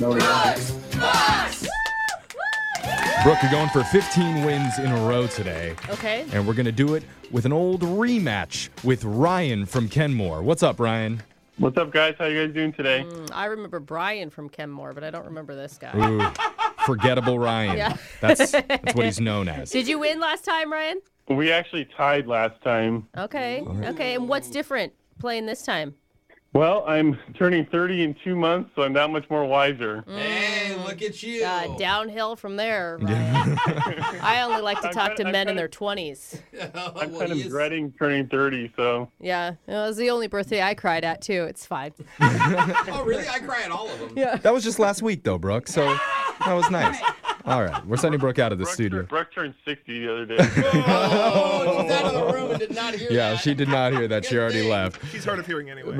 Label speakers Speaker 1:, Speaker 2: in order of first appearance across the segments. Speaker 1: No, we don't.
Speaker 2: Brooke, you're going for 15 wins in a row today.
Speaker 3: Okay.
Speaker 2: And we're going to do it with an old rematch with Ryan from Kenmore. What's up, Ryan?
Speaker 4: What's up, guys? How you guys doing today?
Speaker 3: Mm, I remember Brian from Kenmore, but I don't remember this guy.
Speaker 2: Ooh, forgettable Ryan.
Speaker 3: Yeah.
Speaker 2: That's, that's what he's known as.
Speaker 3: Did you win last time, Ryan?
Speaker 4: We actually tied last time.
Speaker 3: Okay. Okay. And what's different playing this time?
Speaker 4: Well, I'm turning 30 in two months, so I'm that much more wiser.
Speaker 1: Hey, look at you.
Speaker 3: Uh, downhill from there, Ryan. I only like to
Speaker 4: I'm
Speaker 3: talk to
Speaker 4: kinda- I'm
Speaker 3: men in
Speaker 4: kinda-
Speaker 3: their 20s.
Speaker 4: I'm kind of dreading turning 30, so
Speaker 3: Yeah. It was the only birthday I cried at, too. It's fine.
Speaker 1: Oh, really? I cry at all of them.
Speaker 2: That was just last week, though, Brooke. So that was nice. All right. We're sending Brooke out of the
Speaker 4: Brooke,
Speaker 2: studio.
Speaker 4: tur- Brooke turned 60 the other day.
Speaker 1: Oh, she's out of the room and did not hear
Speaker 2: Yeah,
Speaker 1: that.
Speaker 2: she did not hear that. She already
Speaker 1: thing.
Speaker 2: left.
Speaker 5: She's hard of hearing anyway.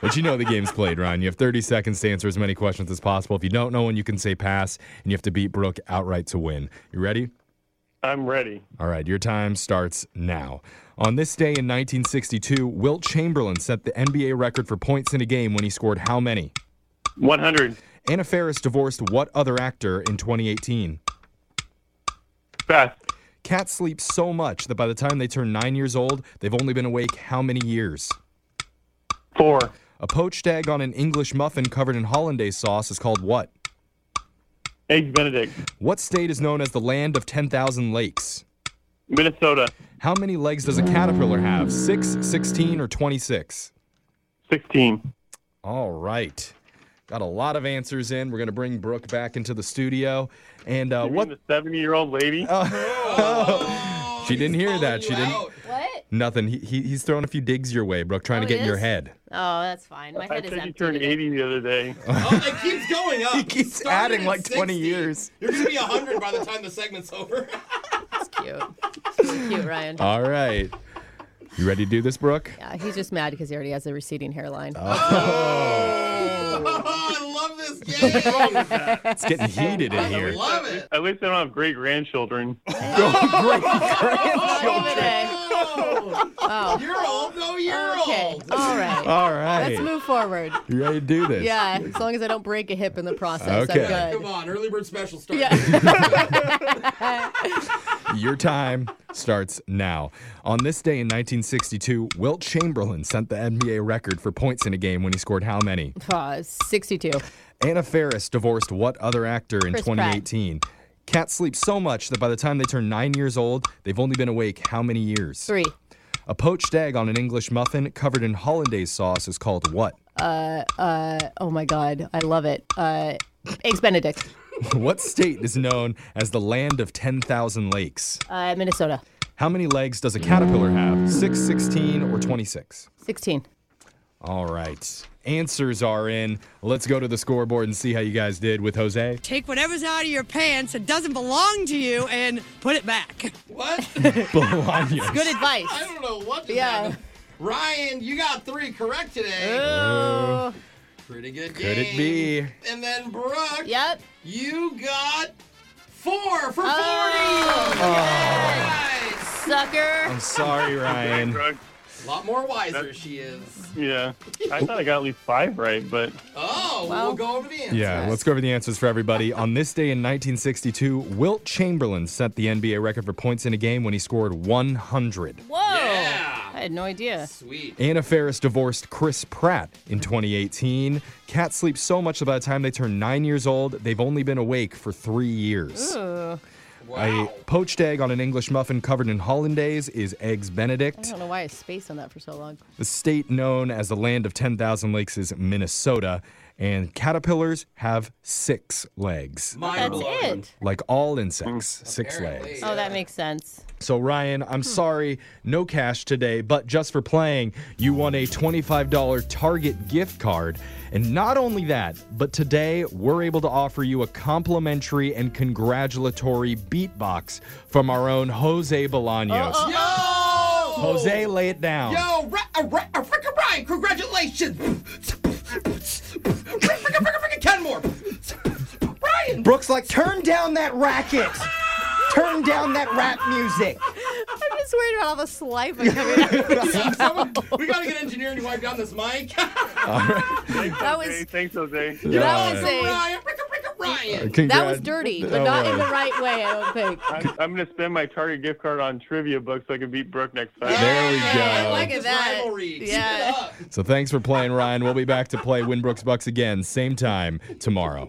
Speaker 2: But you know the game's played, Ryan. You have 30 seconds to answer as many questions as possible. If you don't know one, you can say pass, and you have to beat Brooke outright to win. You ready?
Speaker 4: I'm ready.
Speaker 2: All right, your time starts now. On this day in 1962, Wilt Chamberlain set the NBA record for points in a game when he scored how many?
Speaker 4: 100.
Speaker 2: Anna Faris divorced what other actor in 2018?
Speaker 4: Fast.
Speaker 2: Cats sleep so much that by the time they turn nine years old, they've only been awake how many years?
Speaker 4: Four.
Speaker 2: A poached egg on an English muffin covered in hollandaise sauce is called what?
Speaker 4: Eggs Benedict.
Speaker 2: What state is known as the land of 10,000 lakes?
Speaker 4: Minnesota.
Speaker 2: How many legs does a caterpillar have? 6, 16, or 26?
Speaker 4: 16.
Speaker 2: All right. Got a lot of answers in. We're going to bring Brooke back into the studio. And uh,
Speaker 4: You mean
Speaker 2: what? Oh.
Speaker 4: the 70 year old lady?
Speaker 2: she didn't hear that. She didn't.
Speaker 3: What?
Speaker 2: Nothing. He, he, he's throwing a few digs your way, Brooke, trying
Speaker 3: Oh,
Speaker 2: to get
Speaker 3: he
Speaker 2: in your
Speaker 3: is?
Speaker 2: head.
Speaker 3: Oh, that's fine. My
Speaker 4: I
Speaker 3: head is
Speaker 4: said
Speaker 3: empty.
Speaker 4: you turned
Speaker 3: today.
Speaker 4: 80 the other day.
Speaker 1: Oh, it keeps going up. He
Speaker 2: keeps adding like 20 years.
Speaker 1: You're gonna be hundred by the time the segment's over.
Speaker 3: That's cute. So cute, Ryan.
Speaker 2: All right. You ready to do this, Brooke?
Speaker 3: Yeah, he's just mad because he already has a receding hairline.
Speaker 1: oh, I love this game.
Speaker 2: It's getting heated in here.
Speaker 1: love it.
Speaker 4: At least I don't have great grandchildren.
Speaker 3: Not even a-
Speaker 1: Oh,
Speaker 3: Oh,
Speaker 1: you're old. No, you're
Speaker 3: okay.
Speaker 1: old.
Speaker 3: All right.
Speaker 2: All
Speaker 3: Let's
Speaker 2: right.
Speaker 3: move forward.
Speaker 2: You ready to do this?
Speaker 3: Yeah, as long as I don't break a hip in the process,
Speaker 2: Okay.
Speaker 3: I'm
Speaker 1: Come
Speaker 3: good.
Speaker 1: on, early bird special start.
Speaker 3: Yeah.
Speaker 2: Your time starts now. On this day in 1962, Wilt Chamberlain sent the NBA record for points in a game when he scored how many?
Speaker 3: Uh, 62.
Speaker 2: Anna Faris divorced what other actor in
Speaker 3: Chris Pratt.
Speaker 2: 2018? Cats sleep so much that by the time they turn nine years old, they've only been awake how many years?
Speaker 3: Three.
Speaker 2: A poached egg on an English muffin covered in hollandaise sauce is called what?
Speaker 3: Oh my God. I love it. Uh, Eggs Benedict.
Speaker 2: what state is known as the land of 10,000 lakes?
Speaker 3: Uh, Minnesota.
Speaker 2: How many legs does a caterpillar have? 6, 16, or 26?
Speaker 3: 16.
Speaker 2: All right. Answers are in. Let's go to the scoreboard and see how you guys did with Jose.
Speaker 6: Take whatever's out of your pants that doesn't belong to you and put it back.
Speaker 1: What?
Speaker 2: Bolaños.
Speaker 3: Good advice.
Speaker 1: I don't know what. Just
Speaker 3: Yeah.
Speaker 1: happened. Ryan, you got three correct today.
Speaker 3: Oh,
Speaker 1: Pretty good game.
Speaker 2: Could it be?
Speaker 1: And then Brooke,
Speaker 3: yep.
Speaker 1: you got four for
Speaker 3: Oh.
Speaker 1: 40. Nice.
Speaker 3: Sucker.
Speaker 2: I'm sorry, Ryan.
Speaker 4: Brooke,
Speaker 1: A lot more wiser she is.
Speaker 4: Yeah. I thought I got at least five right, but
Speaker 1: Oh,
Speaker 3: Well.
Speaker 1: we'll go over the answer.
Speaker 2: Yeah, let's go over the answers for everybody. On this day in 1962, Wilt Chamberlain set the NBA record for points in a game when he scored 100.
Speaker 3: Whoa.
Speaker 1: Yeah.
Speaker 3: I had no idea.
Speaker 1: Sweet.
Speaker 2: Anna Faris divorced Chris Pratt in 2018. Cats sleep so much that by the time they turn nine years old, they've only been awake for three years.
Speaker 3: Ooh,
Speaker 2: A
Speaker 1: Wow.
Speaker 2: poached egg on an English muffin covered in hollandaise is Eggs
Speaker 3: I
Speaker 2: Benedict.
Speaker 3: don't know why I spaced on that for so long.
Speaker 2: The state known as the land of 10,000 lakes is Minnesota, and caterpillars have six legs.
Speaker 1: Mind
Speaker 3: That's
Speaker 1: blown.
Speaker 3: it.
Speaker 2: Like all insects, six
Speaker 1: Apparently.
Speaker 2: legs.
Speaker 3: Oh, that makes sense.
Speaker 2: So, Ryan,
Speaker 3: Hmm.
Speaker 2: I'm sorry, no cash today, but just for playing, you won a $25 Target gift card. And not only that, but today we're able to offer you a complimentary and congratulatory beatbox from our own Jose Bolaños.
Speaker 1: Yo!
Speaker 2: Jose, lay it down.
Speaker 1: Yo, ra- a ra- a frickin' Ryan, congratulations! Frickin' frickin' frickin' Kenmore! Ryan!
Speaker 7: Brooks like, turn down that racket. turn down that rap music.
Speaker 3: I'm just worried about all the saliva coming out.
Speaker 1: Someone- we gotta get engineering to wipe down this mic.
Speaker 3: That
Speaker 4: Hey,
Speaker 3: was
Speaker 4: thanks, Jose.
Speaker 3: that was a,
Speaker 1: Ryan, fricka, fricka, Ryan.
Speaker 3: that
Speaker 2: Congrat-
Speaker 3: was dirty, but
Speaker 2: Don't
Speaker 3: not in
Speaker 2: worry.
Speaker 3: the right way. I don't think.
Speaker 4: I'm, I'm gonna spend my Target gift card on trivia books so I can beat Brooke next time.
Speaker 2: There we
Speaker 3: Yeah,
Speaker 2: go.
Speaker 3: I like it
Speaker 1: This
Speaker 3: that.
Speaker 1: rivalry. Keep
Speaker 3: Yeah.
Speaker 1: it up.
Speaker 2: So thanks for playing, Ryan. We'll be back to play Winbrooks Bucks again, same time tomorrow.